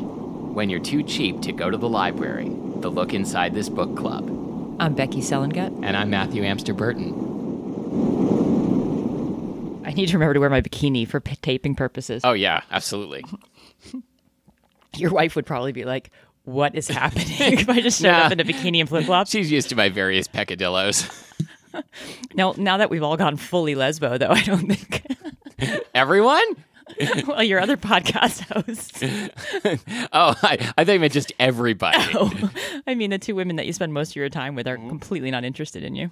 when you're too cheap to go to the library, the look inside this book club. I'm Becky Selengut. And I'm Matthew Amster Burton. I need to remember to wear my bikini for p- taping purposes. Oh, yeah, absolutely. Your wife would probably be like, "What is happening?" if I just showed up Nah. in a bikini and flip flops. She's used to my various peccadillos. Now, now that we've all gone fully lesbo, though, I don't think. Everyone? well, your other podcast hosts. Oh, I, I think I meant just everybody. I mean, the two women that you spend most of your time with are completely not interested in you.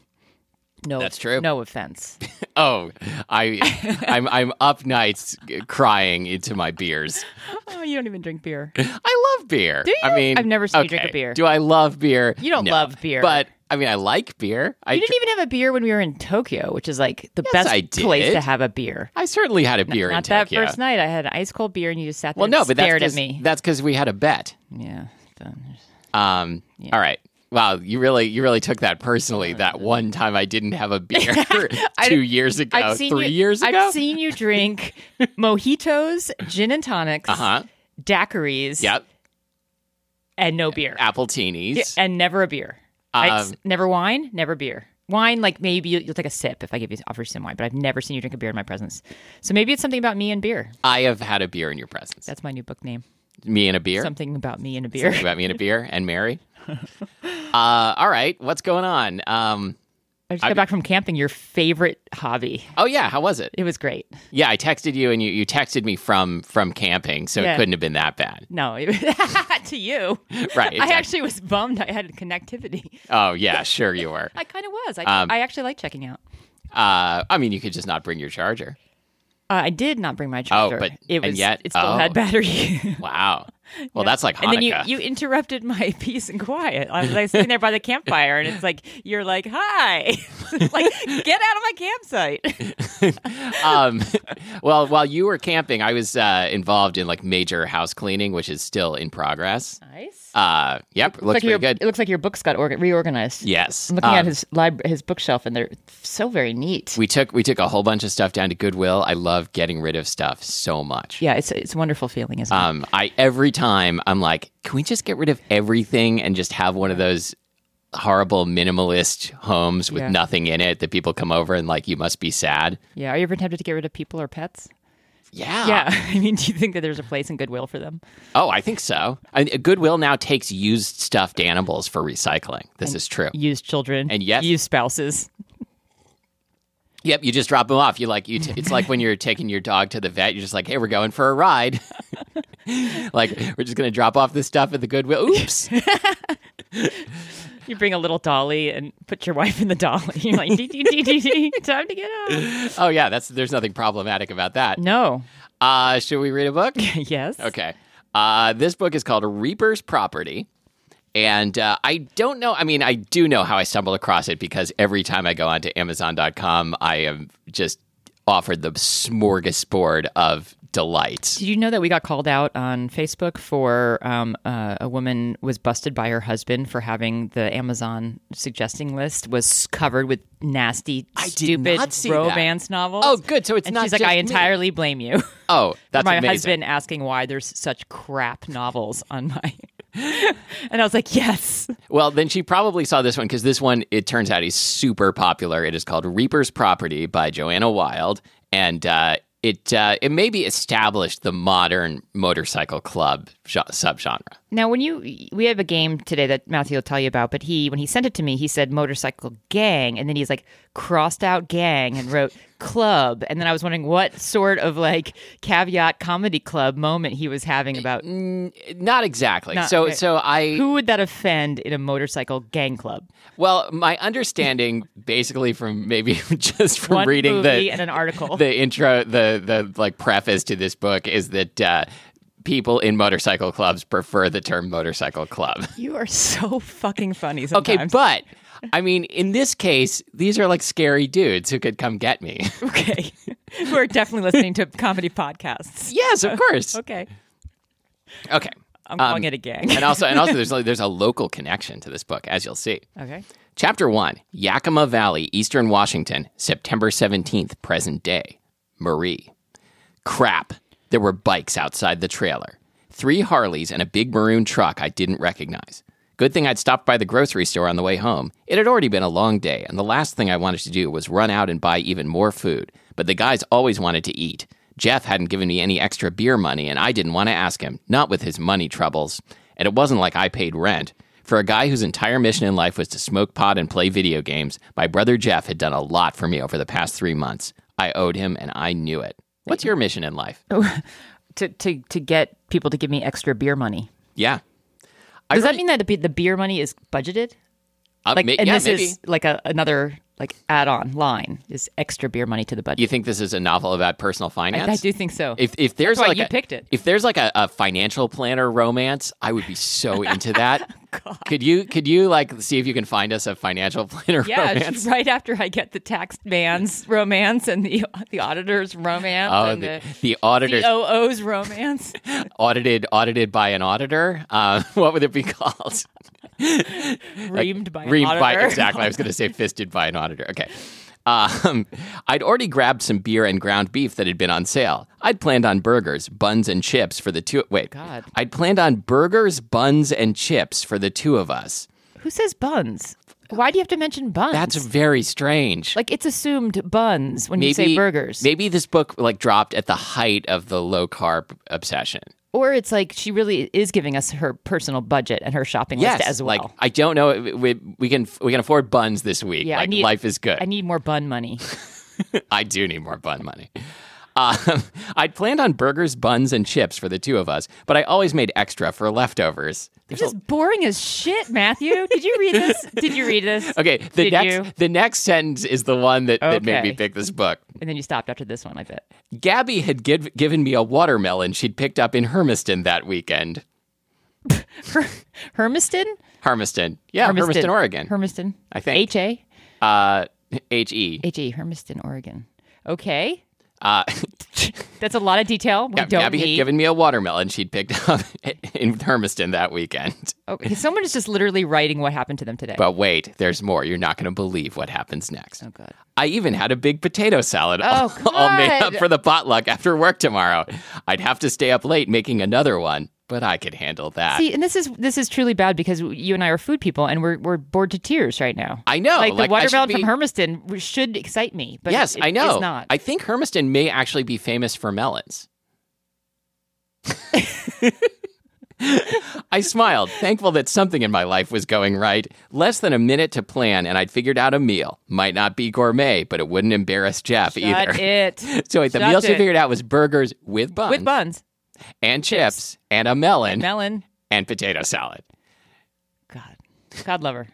No, Mm-hmm. That's true. No offense. Oh, I, I'm, I'm up nights crying into my beers. Oh, you don't even drink beer. I love beer. Do I you? mean, I've never seen you drink a okay. beer. Do I love beer? You don't No. love beer. but I mean, I like beer. I, You dr- didn't even have a beer when we were in Tokyo, which is like the best I place did. to have a beer. I certainly had a beer in Not that Tokyo. first night. I had an ice cold beer, and you just sat there well, no, and but stared that's at me. that's because we had a bet. yeah. done. Um, All right. Wow, you really you really took that Oh, personally. That one time I didn't have a beer two years ago, I've seen three you, years ago. I've seen you drink mojitos, gin and tonics, uh-huh. daiquiris, Yep. and no beer, Apple teenies. and never a beer. I- Um, never wine, never beer. Wine, like maybe you- you'll take a sip if I give you offer you some wine, but I've never seen you drink a beer in my presence. So maybe it's something about me and beer. I have had a beer in your presence. That's my new book name. me and a beer. Something about me and a beer. about me and a beer and Mary. uh, all right, what's going on? Um, I just got back from camping. Your favorite hobby. oh yeah, how was it? It was great. Yeah, I texted you and you, you texted me from from camping, so Yeah. it couldn't have been that bad, No, it, to you. right? I exactly. actually was bummed I had connectivity. oh yeah, sure you were. I kind of was. I, Um, I actually like checking out. Uh, I mean, you could just not bring your charger. Uh, I did not bring my charger. Oh, but- it and was yet- it still had oh. battery. Wow. Well, that's like and Hanukkah. then you, you interrupted my peace and quiet. I was like sitting there by the campfire, and it's like you're like, "Hi, like get out of my campsite." um, well, while you were camping, I was uh, involved in like major house cleaning, which is still in progress. Nice. Uh, yep, looks, like pretty your, good. It looks like your books got orga- reorganized. yes. I'm looking Um, at his lib- his bookshelf, and they're so very neat. we took we took a whole bunch of stuff down to Goodwill. I love getting rid of stuff so much. yeah, it's it's a wonderful feeling, isn't Um, I every time I'm like, can we just get rid of everything and just have one of those horrible minimalist homes with Yeah. nothing in it that people come over and like you must be sad. it? Yeah. Are you ever tempted to get rid of people or pets? Yeah. Yeah. I mean, do you think that there's a place in Goodwill for them? Oh, I think so. I mean, Goodwill now takes used stuffed animals for recycling. This is true. Used children And yes- used spouses. Yep, you just drop them off. You like you. T- it's like when you're taking your dog to the vet. You're just like, hey, we're going for a ride. like we're just gonna drop off this stuff at the Goodwill. Oops. You bring a little dolly and put your wife in the dolly. You're like, dee, dee, dee, dee, dee. time to get out. oh yeah, that's there's nothing problematic about that. No. Uh, should we read a book? Yes. Okay. Uh, this book is called Reaper's Property. And uh, I don't know. I mean, I do know how I stumbled across it because every time I go onto Amazon.com, I am just offered the smorgasbord of delight. Did you know that we got called out on Facebook for um, uh, a woman was busted by her husband for having the Amazon suggesting list was covered with nasty, did stupid not see that. romance novels? Oh, good. So it's and not she's like, just I me." entirely blame you. Oh, that's my amazing. husband asking why there's such crap novels on my. and I was like, yes. Well, then she probably saw this one because this one, it turns out, is super popular. It is called Reaper's Property by Joanna Wild, and uh, it uh, it maybe established the modern motorcycle club ge- subgenre. Now, when you we have a game today that Matthew will tell you about, but he when he sent it to me, he said motorcycle gang, and then he's like crossed out gang and wrote club, and then I was wondering what sort of like caveat comedy club moment he was having about Not exactly. so okay. so I who would that offend in a motorcycle gang club? well, my understanding basically from maybe just from One reading movie the and an article. the intro the the like preface to this book is that uh, people in motorcycle clubs prefer the term motorcycle club. you are so fucking funny. Okay, Sometimes. but I mean, in this case, these are like scary dudes who could come get me. okay, we're definitely listening to comedy podcasts. yes, of course. Okay, Okay. I'm calling it a gang. Um, And also, and also, there's like, there's a local connection to this book, as you'll see. Okay, Chapter one: Yakima Valley, Eastern Washington, September seventeenth, present day. Marie. Crap! There were bikes outside the trailer. three Harleys, and a big maroon truck I didn't recognize. Good thing I'd stopped by the grocery store on the way home. It had already been a long day, and the last thing I wanted to do was run out and buy even more food. But the guys always wanted to eat. Jeff hadn't given me any extra beer money, and I didn't want to ask him, not with his money troubles. And it wasn't like I paid rent. For a guy whose entire mission in life was to smoke pot and play video games, my brother Jeff had done a lot for me over the past three months. I owed him, and I knew it. What's your mission in life? Oh. to, to, to get people to give me extra beer money. Yeah. I Does that really- mean that the, be- the beer money is budgeted? uh, Like, ma- and yeah, this maybe. is like a, another like add-on line is extra beer money to the budget. You think this is a novel about personal finance? I do think so. If if there's why like you a- picked it. If there's like a, a financial planner romance, I would be so into that. Could you could you like see if you can find us a financial planner yeah, romance? right after I get the tax man's romance and the the auditor's romance Oh, and the, the, the auditor E COO's romance. audited audited by an auditor. Uh, what would it be called? reamed by an Reamed by auditor. exactly. I was going to say fisted by an auditor. Okay. Um, I'd already grabbed some beer and ground beef that had been on sale. I'd planned on burgers, buns, and chips for the two. Wait, God. I'd planned on burgers, buns, and chips for the two of us. Who says buns? Why do you have to mention buns? That's very strange. like it's assumed buns when you say burgers. Maybe this book like dropped at the height of the low carb obsession. Or it's like she really is giving us her personal budget and her shopping Yes, list as well. like I don't know. We, we can we can afford buns this week. Yeah, I like need- life is good. I need more bun money. I do need more bun money. Um, I'd planned on burgers, buns, and chips for the two of us, but I always made extra for leftovers. It's just boring as shit, Matthew. Did you read this? Did you read this? Okay, the Did next you? the next sentence is the one that, that made me Okay. pick this book. And then you stopped after this one, I bet. Gabby had give, given me a watermelon she'd picked up in Hermiston that weekend. Her- Hermiston? Hermiston, yeah, Hermiston, Oregon. Hermiston. I think. H A? uh, H E. H E, Hermiston, Oregon. Okay. Uh, That's a lot of detail. We don't Gabby need. had given me a watermelon she'd picked up in Hermiston that weekend. okay. Someone is just literally writing what happened to them today. But wait, there's more. You're not going to believe what happens next. oh, God. I even had a big potato salad all, Oh, all made up God. for the potluck after work tomorrow. I'd have to stay up late making another one, but I could handle that. See, and this is this is truly bad because you and I are food people, and we're we're bored to tears right now. I know, like, like, I should the watermelon be- from Hermiston should excite me, but yes, it- I know. it's not. I think Hermiston may actually be famous for melons. I smiled, thankful that something in my life was going right. Less than a minute to plan, and I'd figured out a meal. Might not be gourmet, but it wouldn't embarrass Jeff either. Shut it So wait, the Shut meal she it. figured out was burgers with buns, with buns, and chips, and a melon, melon. and potato salad. God, God lover.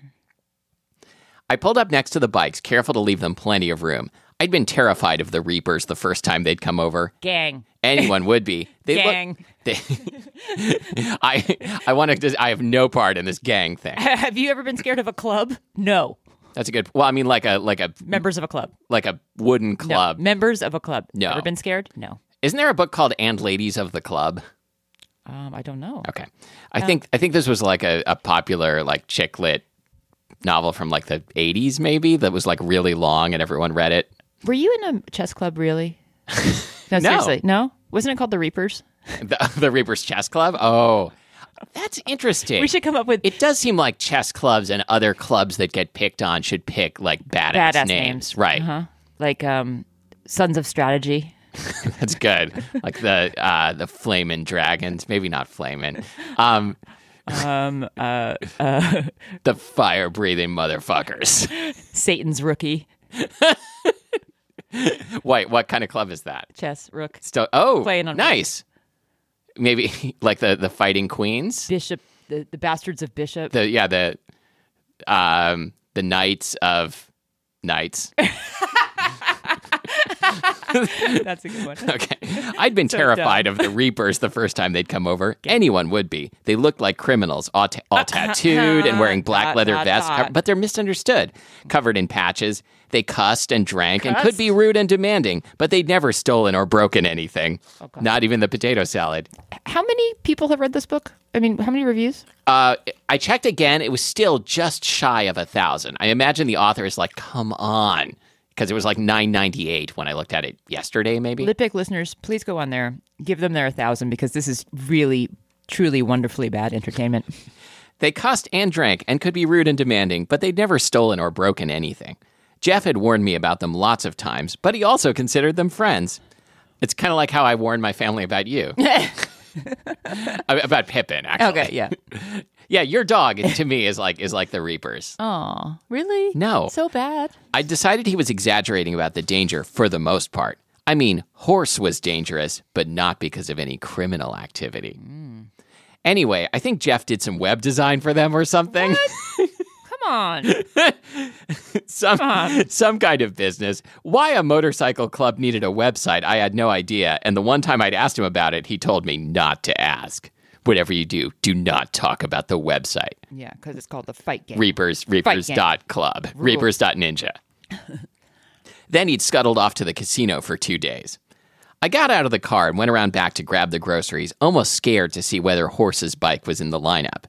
I pulled up next to the bikes, careful to leave them plenty of room. I'd been terrified of the Reapers the first time they'd come over. gang. Anyone would be. They look- Gang. they, I I want to. I have no part in this gang thing. Have you ever been scared of a club? No. That's a good. Well, I mean, like a like a Members of a club. like a wooden No. club. Members of a club. No. Ever been scared? No. Isn't there a book called "And Ladies of the Club"? Um, I don't know. Okay, I Oh. think I think this was like a, a popular like chick lit novel from like the '80s, maybe that was like really long and everyone read it. Were you in a chess club really? No, seriously. No? Wasn't it called the Reapers? The, the Reapers Chess Club. Oh, that's interesting. We should come up with It does seem like chess clubs and other clubs that get picked on should pick like badass, badass names. right? Uh-huh. Like um, Sons of Strategy. That's good. Like the uh, the flaming dragons, maybe not flaming. Um, Um, uh, the fire breathing motherfuckers. Satan's Rookie. Wait, what kind of club is that? Chess Rook. Still, oh, Playing on- nice. Maybe like the the fighting queens. Bishop. The, the Bastards of Bishop. The yeah the um the knights of knights. That's a good one. Okay. I'd been terrified of the Reapers the first time they'd come over. Anyone would be. They looked like criminals, all, ta- all tattooed and wearing black Dot, leather dot, vests, dot. co- but they're misunderstood, covered in patches. They cussed and drank and could be rude and demanding, but they'd never stolen or broken anything. Not even the potato salad. How many people have read this book? I mean, how many reviews? Uh, I checked again. It was still just shy of a thousand. I imagine the author is like, come on. Because it was like 998 when I looked at it yesterday, maybe. Lippic listeners, please go on there. Give them their 1,000 because this is really truly wonderfully bad entertainment. They cussed and drank and could be rude and demanding, but they'd never stolen or broken anything. Jeff had warned me about them lots of times, but he also considered them friends. It's kind of like how I warned my family about you. about Pippin, actually. Okay, yeah. Yeah, your dog to me is like is like the Reapers. Oh, really? No. So bad. I decided he was exaggerating about the danger for the most part. I mean, horse was dangerous, but not because of any criminal activity. Anyway, I think Jeff did some web design for them or something. Come on. some some kind of business. Why a motorcycle club needed a website, I had no idea. And the one time I'd asked him about it, he told me not to ask. Whatever you do, do not talk about the website. Yeah, because it's called the fight game. Reapers, Reapers gang. dot club, Reapers dot ninja. then he'd scuttled off to the casino for two days. I got out of the car and went around back to grab the groceries, almost scared to see whether Horse's bike was in the lineup.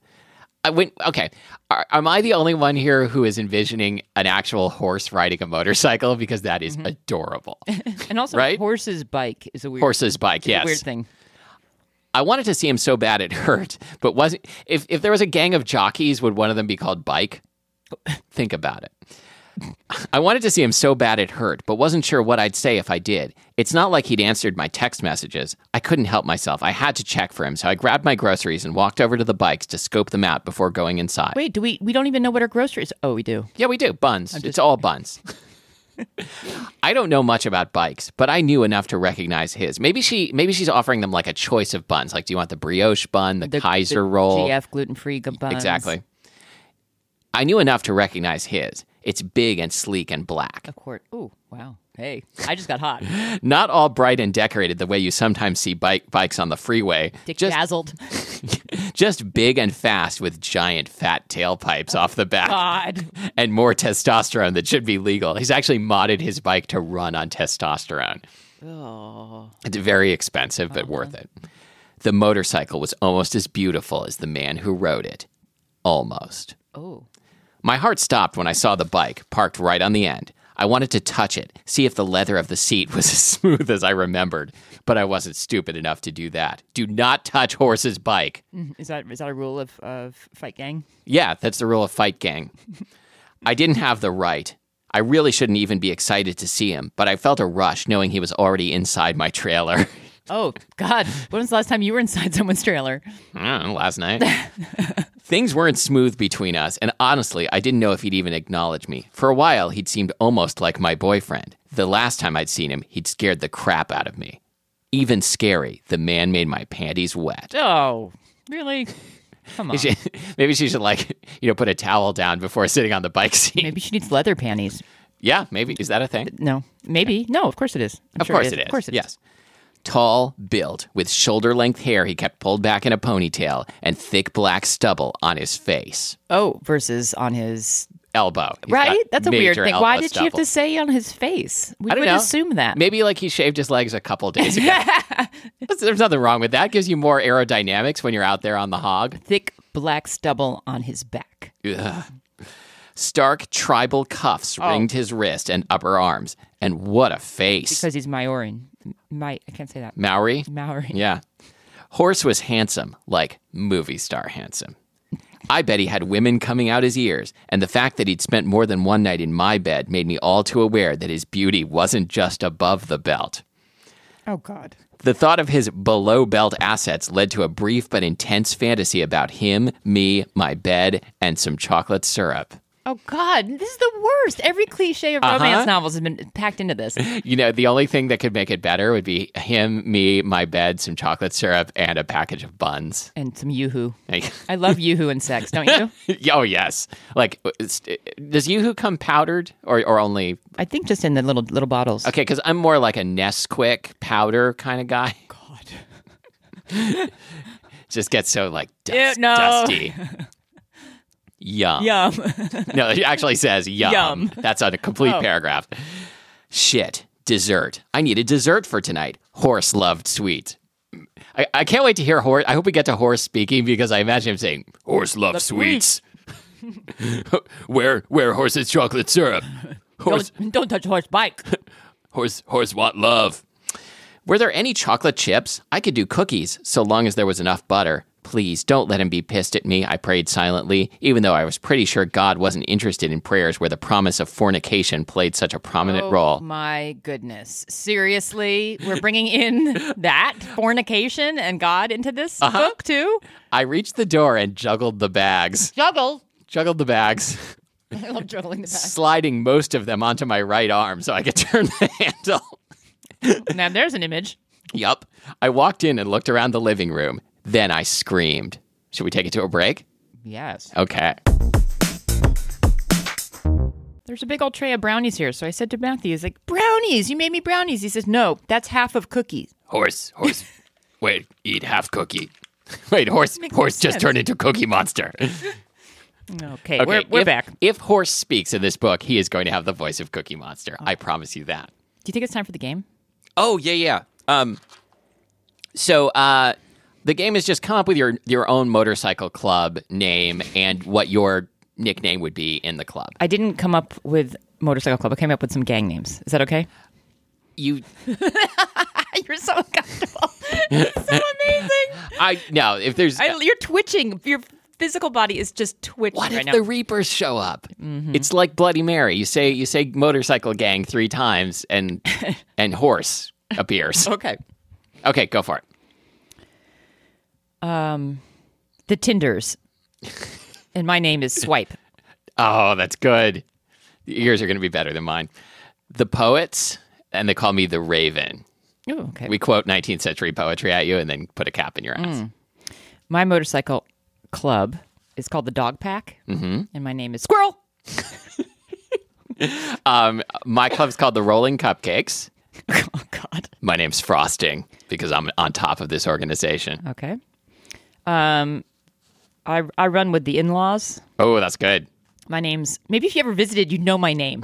I went, okay, are, am I the only one here who is envisioning an actual horse riding a motorcycle? Because that is Mm-hmm. adorable. and also, right? horse's bike is a weird, Horse's bike, a yes. weird thing. I wanted to see him so bad it hurt, but wasn't. If if there was a gang of jockeys, would one of them be called Bike? Think about it. I wanted to see him so bad it hurt, but wasn't sure what I'd say if I did. It's not like he'd answered my text messages. I couldn't help myself. I had to check for him, so I grabbed my groceries and walked over to the bikes to scope them out before going inside. Wait, do we? We don't even know what our groceries. Oh, we do. Yeah, we do. Buns. it's all buns. I don't know much about bikes, but I knew enough to recognize his. Maybe she maybe she's offering them like a choice of buns. Like, do you want the brioche bun, the, Kaiser roll? GF gluten free buns. Exactly. I knew enough to recognize his. It's big and sleek and black. Of course. Ooh, wow. Hey, I just got hot. Not all bright and decorated the way you sometimes see bike bikes on the freeway. Dick just dazzled. just big and fast with giant fat tailpipes off the back. Oh, God. and more testosterone that should be legal. He's actually modded his bike to run on testosterone. Oh. Uh-huh. It's very expensive, but worth it. The motorcycle was almost as beautiful as the man who rode it. Almost. Oh. My heart stopped when I saw the bike parked right on the end. I wanted to touch it, see if the leather of the seat was as smooth as I remembered, but I wasn't stupid enough to do that. Do not touch horse's bike. Is that is that a rule of, of fight gang? Yeah, that's the rule of Fight Gang. I didn't have the right. I really shouldn't even be excited to see him, but I felt a rush knowing he was already inside my trailer. Oh God! When was the last time you were inside someone's trailer? I don't know, last night. Things weren't smooth between us, and honestly, I didn't know if he'd even acknowledge me. For a while, he'd seemed almost like my boyfriend. The last time I'd seen him, he'd scared the crap out of me. Even scary, the man made my panties wet. Oh, really? Come on. Maybe she should, like, you know, put a towel down before sitting on the bike seat. Maybe she needs leather panties. Yeah, maybe. Is that a thing? No, maybe no. Of course it is. I'm Of sure course it is. Of course it is. yes. Tall, built, with shoulder length hair he kept pulled back in a ponytail, and thick black stubble on his face. Oh, versus on his Elbow. He's got right. That's a weird major thing. Why elbow did she have stubble. to say on his face? We I don't would know. assume that. Maybe like he shaved his legs a couple days ago. That's- There's nothing wrong with that. Gives you more aerodynamics when you're out there on the hog. Thick black stubble on his back. Ugh. Stark tribal cuffs Oh. ringed his wrist and upper arms. And what a face. Because he's Maorin. My I can't say that. Maori? Maori. Yeah. Horse was handsome, like movie star handsome. I bet he had women coming out his ears, and the fact that he'd spent more than one night in my bed made me all too aware that his beauty wasn't just above the belt. Oh God. The thought of his below belt assets led to a brief but intense fantasy about him, me, my bed, and some chocolate syrup. Oh God. This is the worst. Every cliche of Uh-huh. romance novels has been packed into this. You know, the only thing that could make it better would be him, me, my bed, some chocolate syrup, and a package of buns. And some yoo-hoo. I love yoo-hoo and sex, don't you? oh yes like it's- does yoo-hoo come powdered or, or only I think just in the little little bottles. okay because i'm more like a nesquik powder kind of guy God. just gets so like dust, Ew, no. dusty yum Yum. no it actually says yum, Oh. Yum. that's on a complete paragraph shit dessert i need a dessert for tonight horse loved sweet I, I can't wait to hear horse i hope we get to horse speaking because i imagine him saying horse loved sweets where where horse's chocolate syrup horse don't, don't touch horse bike. Horse, horse want love. Were there any chocolate chips? I could do cookies so long as there was enough butter, Please don't let him be pissed at me, I prayed silently, even though I was pretty sure God wasn't interested in prayers where the promise of fornication played such a prominent Oh, role. My goodness. Seriously, we're bringing in that fornication and God into this Uh-huh. book too? I reached the door and juggled the bags. Juggle. Juggled the bags, I love juggling the back. sliding most of them onto my right arm so I could turn the handle. Now there's an image. Yup. I walked in and looked around the living room. Then I screamed. Should we take it to a break? Yes. Okay. There's a big old tray of brownies here. So I said to Matthew, he's like, Brownies, you made me brownies. He says, No, that's half of cookies. Horse, horse. Wait, eat half cookie. Wait, horse, Makes no horse just sense. turned into Cookie Monster. Okay, we're, Okay, we're if- back. If horse speaks in this book, he is going to have the voice of Cookie Monster. Oh. I promise you that. Do you think it's time for the game? Oh yeah, yeah. Um, so uh, the game is just come up with your your own motorcycle club name and what your nickname would be in the club. I didn't come up with Motorcycle Club. I came up with some gang names. Is that okay? You, You're so uncomfortable. so amazing. I no. If there's I, you're twitching. Your physical body is just twitching What right if now. Mm-hmm. the Reapers show up? It's like Bloody Mary. You say you say motorcycle gang three times, and and horse appears. okay. Okay, go for it. The Tinders. and my name is Swipe. Oh, that's good. Yours are going to be better than mine. The poets, and they call me the Raven. Ooh, okay. We quote 19th century poetry at you, and then put a cap in your ass. Mm. my motorcycle club is called the Dog Pack. Mm-hmm. And my name is Squirrel. Um, my club's called the Rolling Cupcakes. oh, God. My name's Frosting because I'm on top of this organization. Okay. Um, I, I run with the in laws. Oh, that's good. My name's maybe if you ever visited, you'd know my name.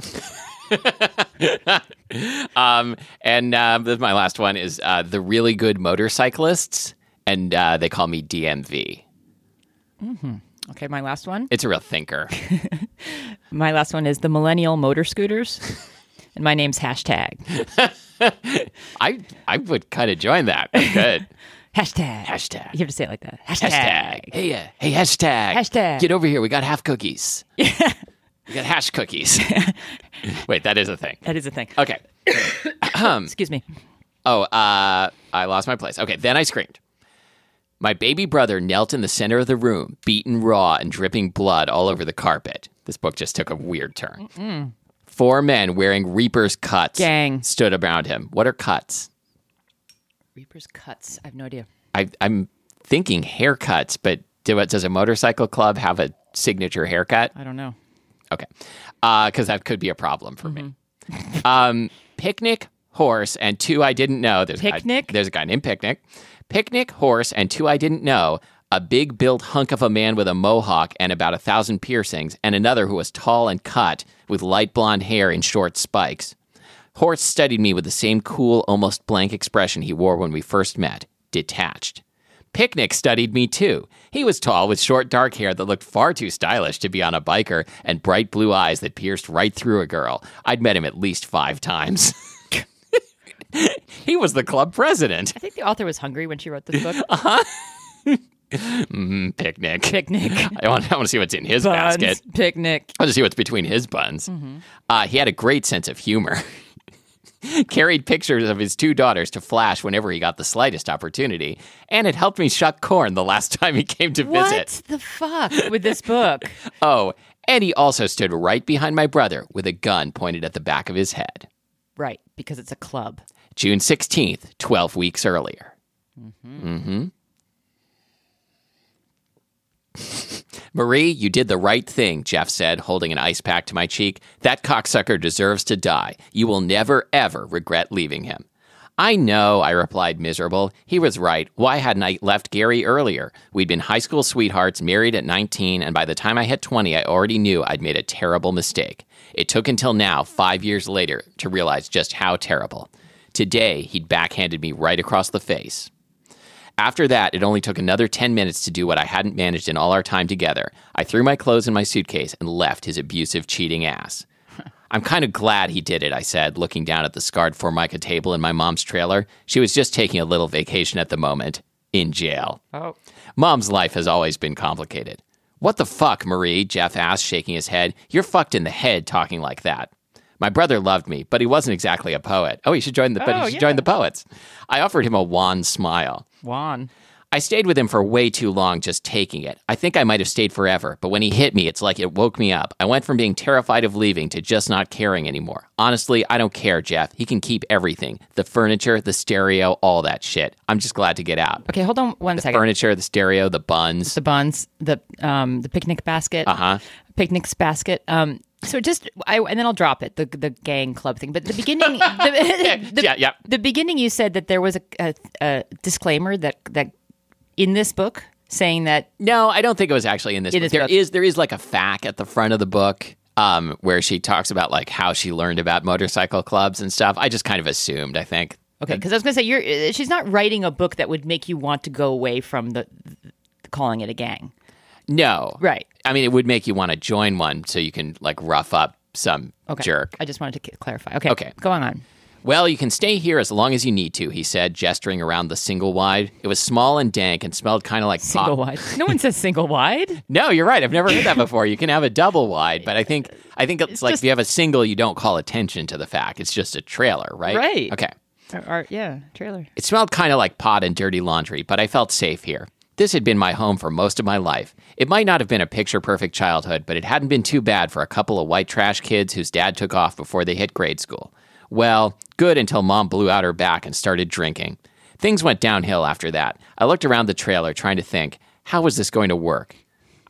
Um, and uh, this- my last one is uh, the really good motorcyclists, and uh, they call me DMV. Okay, my last one. It's a real thinker. My last one is the Millennial Motor Scooters. and my name's hashtag. I I would kind of join that. That's good. Hashtag. Hashtag. You have to say it like that. Hashtag. Hashtag. Hey, uh, hey, hashtag. Hashtag. Get over here. We got half cookies. Yeah. We got hash cookies. Wait, that is a thing. That is a thing. Okay. Excuse me. Oh, uh, I lost my place. Okay, then I screamed. My baby brother knelt in the center of the room, beaten raw and dripping blood all over the carpet. This book just took a weird turn. Four men wearing Reaper's cuts Gang. stood around him. What are cuts? Reaper's cuts. I have no idea. I, I'm thinking haircuts, but do it, does a motorcycle club have a signature haircut? I don't know. Okay. Because that could be a problem for me. Mm-hmm. Um, picnic, horse, and two I didn't know. There's A Picnic? guy, there's a guy named Picnic. Picnic, horse, and two I didn't know. A big built hunk of a man with a mohawk and about a thousand piercings, and another who was tall and cut with light blonde hair in short spikes. Horse studied me with the same cool, almost blank expression he wore when we first met detached. Picnic studied me too. He was tall with short dark hair that looked far too stylish to be on a biker and bright blue eyes that pierced right through a girl. I'd met him at least five times. he was the club president. I think the author was hungry when she wrote this book. Picnic. Picnic. I want, I want to see what's in his basket. Buns. Mm-hmm. Picnic. I'll just see what's between his buns. Uh, he had a great sense of humor. Carried pictures of his two daughters to Flash whenever he got the slightest opportunity, and it helped me shuck corn the last time he came to visit. What the fuck with this book? Oh, and he also stood right behind my brother with a gun pointed at the back of his head. right, because it's a club. June 16th, 12 weeks earlier. hmm Marie, you did the right thing, Jeff said, holding an ice pack to my cheek. That cocksucker deserves to die. You will never, ever regret leaving him. I know, I replied, miserable. He was right. Why hadn't I left Gary earlier? We'd been high school sweethearts, married at 19, and by the time I hit 20, I already knew I'd made a terrible mistake. It took until now, five years later, to realize just how terrible. Today, he'd backhanded me right across the face. After that, it only took another 10 minutes to do what I hadn't managed in all our time together. I threw my clothes in my suitcase and left his abusive, cheating ass. I'm kind of glad he did it, I said, looking down at the scarred Formica table in my mom's trailer. She was just taking a little vacation at the moment. in jail. Oh. Mom's life has always been complicated. What the fuck, Marie? Jeff asked, shaking his head. You're fucked in the head talking like that. My brother loved me, but he wasn't exactly a poet. Oh, he should join the but Oh, he should yeah. join the poets. I offered him a wan smile. Juan. I stayed with him for way too long just taking it. I think I might have stayed forever, but when he hit me, it's like it woke me up. I went from being terrified of leaving to just not caring anymore. Honestly, I don't care, Jeff. He can keep everything the furniture, the stereo, all that shit. I'm just glad to get out. Okay, hold on one second. Furniture, the stereo, the buns. The buns, the um, the picnic basket. Uh Uh-huh. Picnics basket. Um. So just I and then I'll drop it the the gang club thing. But the beginning, the, the, Yeah, yeah. the beginning you said that there was a, a, a disclaimer that that in this book saying that No, I don't think it was actually in this. In book. this There book. is there is like a fac at the front of the book um, where she talks about like how she learned about motorcycle clubs and stuff. I just kind of assumed. I think. okay because I was gonna say you're uh, she's not writing a book that would make you want to go away from the, the calling it a gang. No. Right. I mean, it would make you want to join one so you can like rough up some Okay. jerk. I just wanted to c- clarify. Okay. Okay. Ah. Go on. Well, you can stay here as long as you need to, he said, gesturing around the single wide. It was small and dank and smelled kind of like pop. Single wide. No one says single wide. No, you're right. I've never heard that before. You can have a double wide, but I think I think it's, like just- if you have a single, you don't call attention to the fact it's just a trailer, right? Right. Okay. Or, or- yeah, trailer. It smelled kind of like pot and dirty laundry, but I felt safe here. This had been my home for most of my life. It might not have been a picture perfect childhood, but it hadn't been too bad for a couple of white trash kids whose dad took off before they hit grade school. Well, good until mom blew out her back and started drinking. Things went downhill after that. I looked around the trailer trying to think, how was this going to work?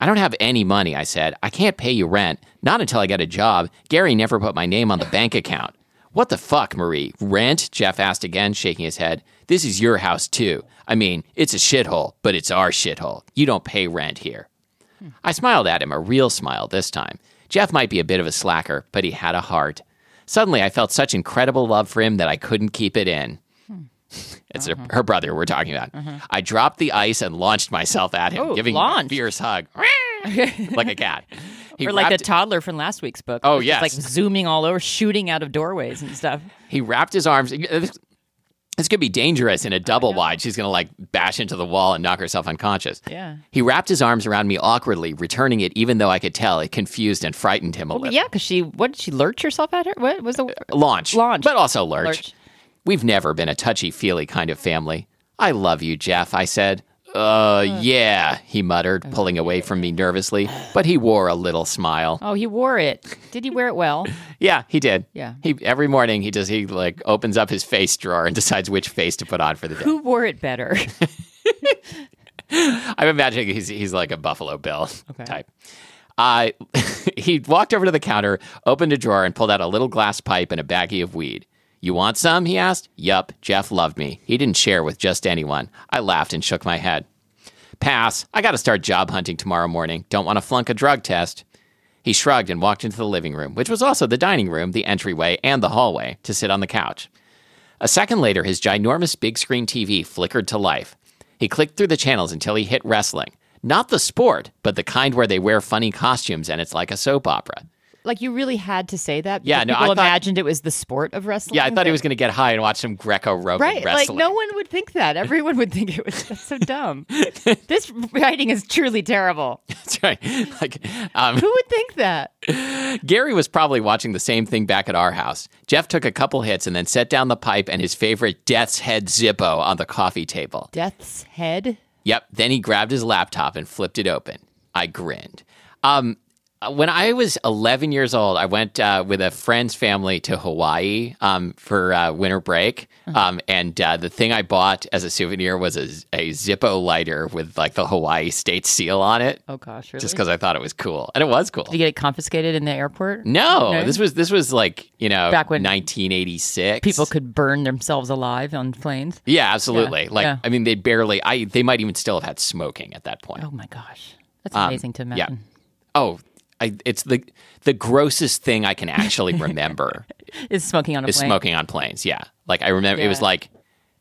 I don't have any money, I said. I can't pay you rent. Not until I get a job. Gary never put my name on the bank account. What the fuck, Marie? Rent? Jeff asked again, shaking his head. This is your house, too. I mean, it's a shithole, but it's our shithole. You don't pay rent here. I smiled at him, a real smile this time. Jeff might be a bit of a slacker, but he had a heart. Suddenly, I felt such incredible love for him that I couldn't keep it in. It's Uh-huh. her, her brother we're talking about. I dropped the ice and launched myself at him, Oh, giving him a Uh-huh. launched. fierce hug, like a cat. He Or like the wrapped- toddler from last week's book. Oh, which is, like yes. zooming all over, shooting out of doorways and stuff. He wrapped his arms. This could be dangerous in a double wide. She's going to like bash into the wall and knock herself unconscious. Yeah. He wrapped his arms around me awkwardly, returning it even though I could tell it confused and frightened him a little. Well, yeah, because she what did she lurch herself at her? What was the Launch. Launch. But also lurch. Lurch. We've never been a touchy feely kind of family. I love you, Jeff, I said. Uh, yeah, he Oh, muttered, pulling away from me nervously, but he wore a little smile. Oh, he wore it. Did he wear it well? Yeah, he did. Yeah. He every morning he does he like opens up his face drawer and decides which face to put on for the day. Who wore it better? I'm imagining he's he's like a Buffalo Bill Okay. type. Uh, he walked over to the counter, opened a drawer, and pulled out a little glass pipe and a baggie of weed. You want some? He asked. Yup, Jeff loved me. He didn't share with just anyone. I laughed and shook my head. Pass. I got to start job hunting tomorrow morning. Don't want to flunk a drug test. He shrugged and walked into the living room, which was also the dining room, the entryway, and the hallway, to sit on the couch. A second later, his ginormous big screen TV flickered to life. He clicked through the channels until he hit wrestling. Not the sport, but the kind where they wear funny costumes and it's like a soap opera. like you really had to say that? Yeah, because no, I people thought- imagined it was the sport of wrestling. Yeah, I thought he but- was going to get high and watch some Greco Roman Right, like wrestling. no one would think that. Everyone would think it was that's so dumb. this writing is truly terrible. That's right. Like, um, Who would think that? Gary was probably watching the same thing back at our house. Jeff took a couple hits and then set down the pipe and his favorite Death's Head Zippo on the coffee table. Death's head. Yep. Then he grabbed his laptop and flipped it open. I grinned. Um, when I was 11 years old, I went uh, with a friend's family to Hawaii um, for uh, winter break. Mm-hmm. Um, and uh, the thing I bought as a souvenir was a, a Zippo lighter with like the Hawaii state seal on it, Oh gosh, really? just because I thought it was cool. And it was cool. Did you get it confiscated in the airport? No, No? this was this was like you know Back when 1986. People could burn themselves alive on planes. yeah, absolutely. like yeah. I mean, they barely. I they might even still have had smoking at that point. Oh my gosh, that's amazing to Um, Yeah. imagine. Oh, I, it's the the grossest thing I can actually remember Is smoking on a is plane? smoking on planes. Yeah, like I remember it was Yeah. like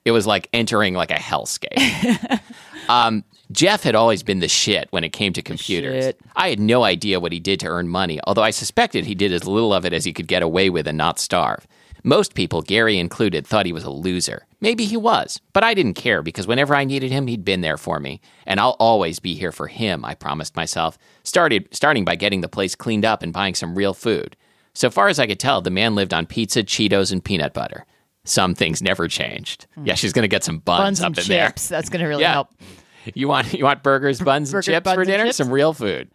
it was like entering like a hellscape. um, Jeff had always been the shit when it came to computers. shit. I had no idea what he did to earn money, although I suspected he did as little of it as he could get away with and not starve. Most people, Gary included, thought he was a loser. Maybe he was, but I didn't care because whenever I needed him, he'd been there for me, and I'll always be here for him, I promised myself, started starting by getting the place cleaned up and buying some real food. So far as I could tell, the man lived on pizza, Cheetos, and peanut butter. Some things never changed. Yeah, she's going to get some buns, Hmm. Buns up and in there. chips. That's gonna really Yeah. help. You want you want burgers, buns, burger- and chips buns for and dinner? chips? Some real food.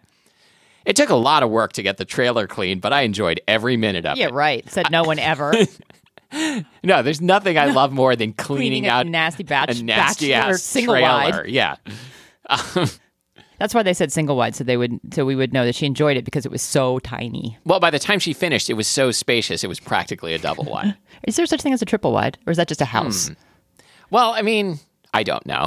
It took a lot of work to get the trailer clean, but I enjoyed every minute of Yeah, it. right. Said no one ever. No, there's nothing I love more than cleaning, Cleaning a out nasty batch, a nasty bachelor ass single trailer. wide. Yeah. That's why they said single wide, so they would, so we would know that she enjoyed it because it was so tiny. Well, by the time she finished, it was so spacious, it was practically a double wide. Is there such thing as a triple wide, or is that just a Hmm. house? well, I mean, I don't know.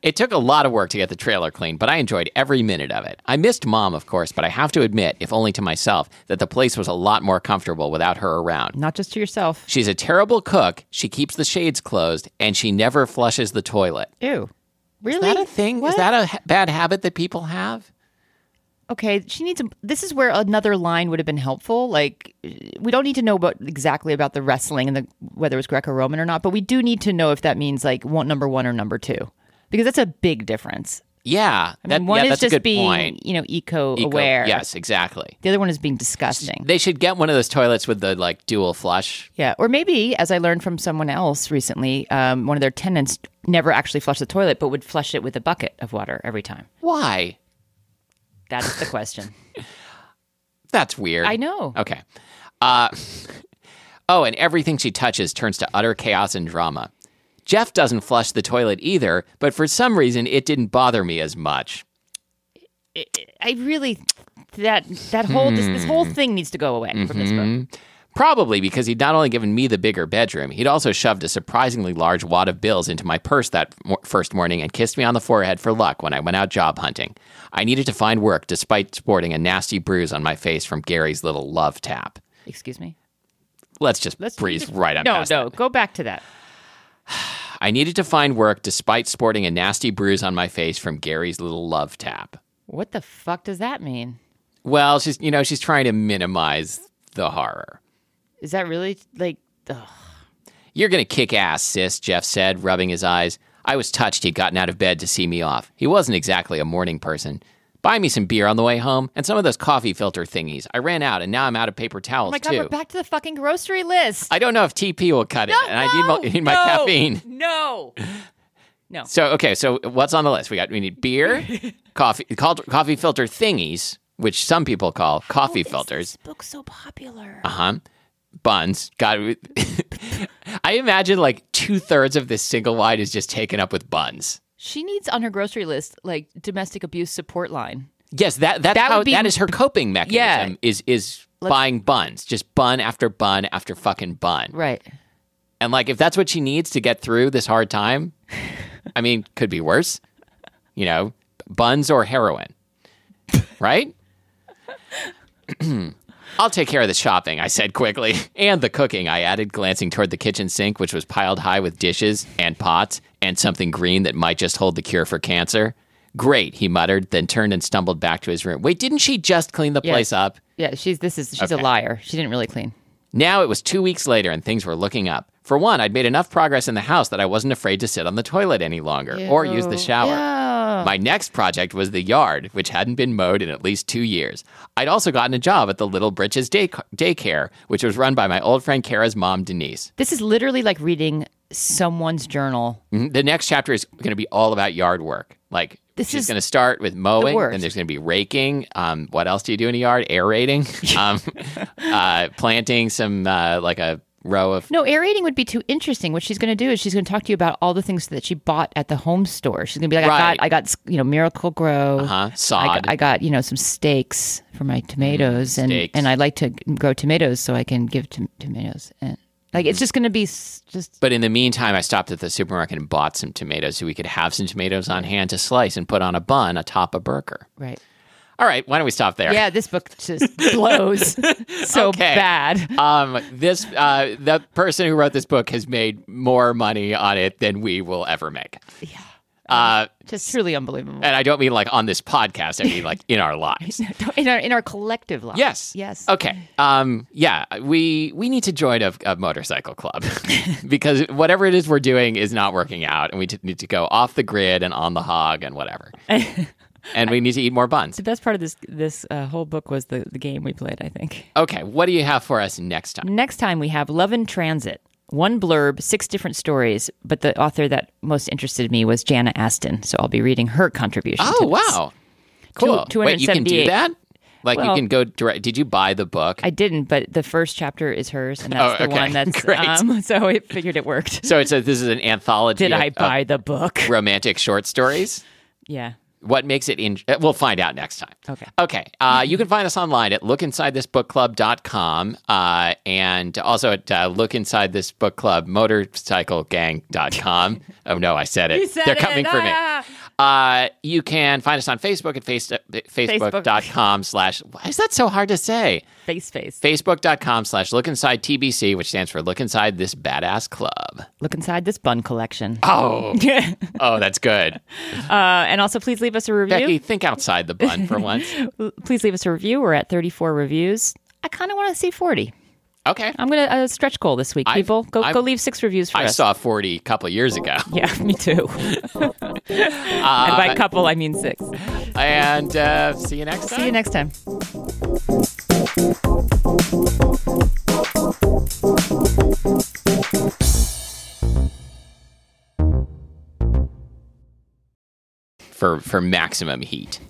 it took a lot of work to get the trailer clean, but I enjoyed every minute of it. I missed mom, of course, but I have to admit, if only to myself, that the place was a lot more comfortable without her around. Not just to yourself. She's a terrible cook. She keeps the shades closed and she never flushes the toilet. Ew. Is Really? that a thing? Is What? that a ha- bad habit that people have? Okay, she needs. A, this is where another line would have been helpful. Like, we don't need to know about exactly about the wrestling and the whether it was Greco-Roman or not, but we do need to know if that means like one number one or number two, because that's a big difference. Yeah, I mean, that- one yeah, is that's just a good being point. you know Eco- eco-aware. yes, exactly. The other one is being disgusting. They should get one of those toilets with the like dual flush. Yeah, or maybe as I learned from someone else recently, um, one of their tenants never actually flushed the toilet, but would flush it with a bucket of water every time. Why? That is the question. That's weird. I know. Okay. Uh, oh, and everything she touches turns to utter chaos and drama. Jeff doesn't flush the toilet either, but for some reason it didn't bother me as much. I really that that whole this, this Hmm. whole thing needs to go away from this Mm-hmm. book. Probably because he'd not only given me the bigger bedroom, he'd also shoved a surprisingly large wad of bills into my purse that mo- first morning and kissed me on the forehead for luck when I went out job hunting. I needed to find work despite sporting a nasty bruise on my face from Gary's little love tap. Excuse me. Let's just breeze right on No, past no, that. go back to that. I needed to find work despite sporting a nasty bruise on my face from Gary's little love tap. What the fuck does that mean? Well, she's you know she's trying to minimize the horror. Is that really like? Ugh. You're going to kick ass, sis, Jeff said, rubbing his eyes. I was touched he'd gotten out of bed to see me off. He wasn't exactly a morning person. Buy me some beer on the way home and some of those coffee filter thingies. I ran out and now I'm out of paper towels, Oh my god, too. we're back to the fucking grocery list. I don't know if TP will cut it, and I need, mo- need my no, caffeine. No. So, okay, so what's on the list? We got we need beer, coffee, called, coffee filter thingies, which some people call coffee filters. This book's so popular. Uh-huh. Buns. God, I imagine like two thirds of this single wide is just taken up with buns. She needs on her grocery list like domestic abuse support line. Yes, that that's That how would be- that is her coping mechanism. Yeah. Is is buying buns, just bun after bun after fucking bun. Right. And like, if that's what she needs to get through this hard time, I mean, could be worse. You know, buns or heroin, right? I'll take care of the shopping, I said quickly, and the cooking, I added, glancing toward the kitchen sink, which was piled high with dishes and pots and something green that might just hold the cure for cancer. Great, he muttered, then turned and stumbled back to his room. Wait, didn't she just clean the place up? Yeah, she's this is she's a liar. She didn't really clean. Now it was two weeks later and things were looking up. For one, I'd made enough progress in the house that I wasn't afraid to sit on the toilet any longer or use the shower. My next project was the yard, which hadn't been mowed in at least two years. I'd also gotten a job at the Little Britches day- daycare, which was run by my old friend Kara's mom, Denise. This is literally like reading someone's journal. Mhm. The next chapter is going to be all about yard work. Like, This she's is going to start with mowing, worst. then there's going to be raking. Um, what else do you do in a yard? Aerating, um, uh, planting some, uh, like a row of No, aerating would be too interesting. What she's going to do is she's going to talk to you about all the things that she bought at the home store. She's going to be like, Right. I got, I got, you know, Miracle Grow. uh, I, sod. got, I got, you know, some steaks for my tomatoes, and Mm, steaks. and I like to grow tomatoes, so I can give to, tomatoes, and like Mm-hmm. it's just going to be s- just But in the meantime, I stopped at the supermarket and bought some tomatoes so we could have some tomatoes on hand to slice and put on a bun atop a burger. right. All right, why don't we stop there? Yeah, this book just blows so Okay. bad. Um, this uh, the person who wrote this book has made more money on it than we will ever make. Yeah. Uh, Just truly unbelievable. and I don't mean like on this podcast. I mean like in our lives. in our in our collective lives. Yes. Yes. Okay. Um. Yeah. We we need to join a, a motorcycle club because whatever it is we're doing is not working out, and we t- need to go off the grid and on the hog and whatever. and we need to eat more buns. The best part of this this uh, whole book was the, the game we played. I think Okay. What do you have for us next time? next time we have Love in Transit. One blurb, six different stories, but the author that most interested me was Jana Aston, so I'll be reading her contribution. Oh to this. wow. Cool. Two- Wait, you can do 278. that. Like you Well- can go direct. Did you buy the book? I didn't, but the first chapter is hers, and that's Oh, the okay. one that's Great. um. So I figured it worked. so it says this is an anthology. Did of- I of buy the book? romantic short stories? Yeah. What makes it in? uh, We'll find out next time. Okay. Okay. Uh, you can find us online at lookinsidethisbookclub.com uh, and also at uh, lookinsidethisbookclubmotorcyclegang.com. oh, no, I said it. said They're coming it. for Ah! me. Uh, you can find us on Facebook at face- uh, facebook.com slash, why is that so hard to say? Face face. Facebook.com slash look inside TBC, which stands for Look Inside This Badass Club. Look inside this bun collection. Oh, oh, that's good. Uh, and also, please leave us a review. Becky, think outside the bun for once. L- Please leave us a review. We're at 34 reviews. I kind of want to see 40. Okay. I'm gonna uh, stretch goal this week. I've- People, go I've- go leave six reviews for I us. saw 40 a couple years ago. Yeah, me too. and by couple, I mean six. And uh, see you next time. Oh. See you next time. for for maximum heat.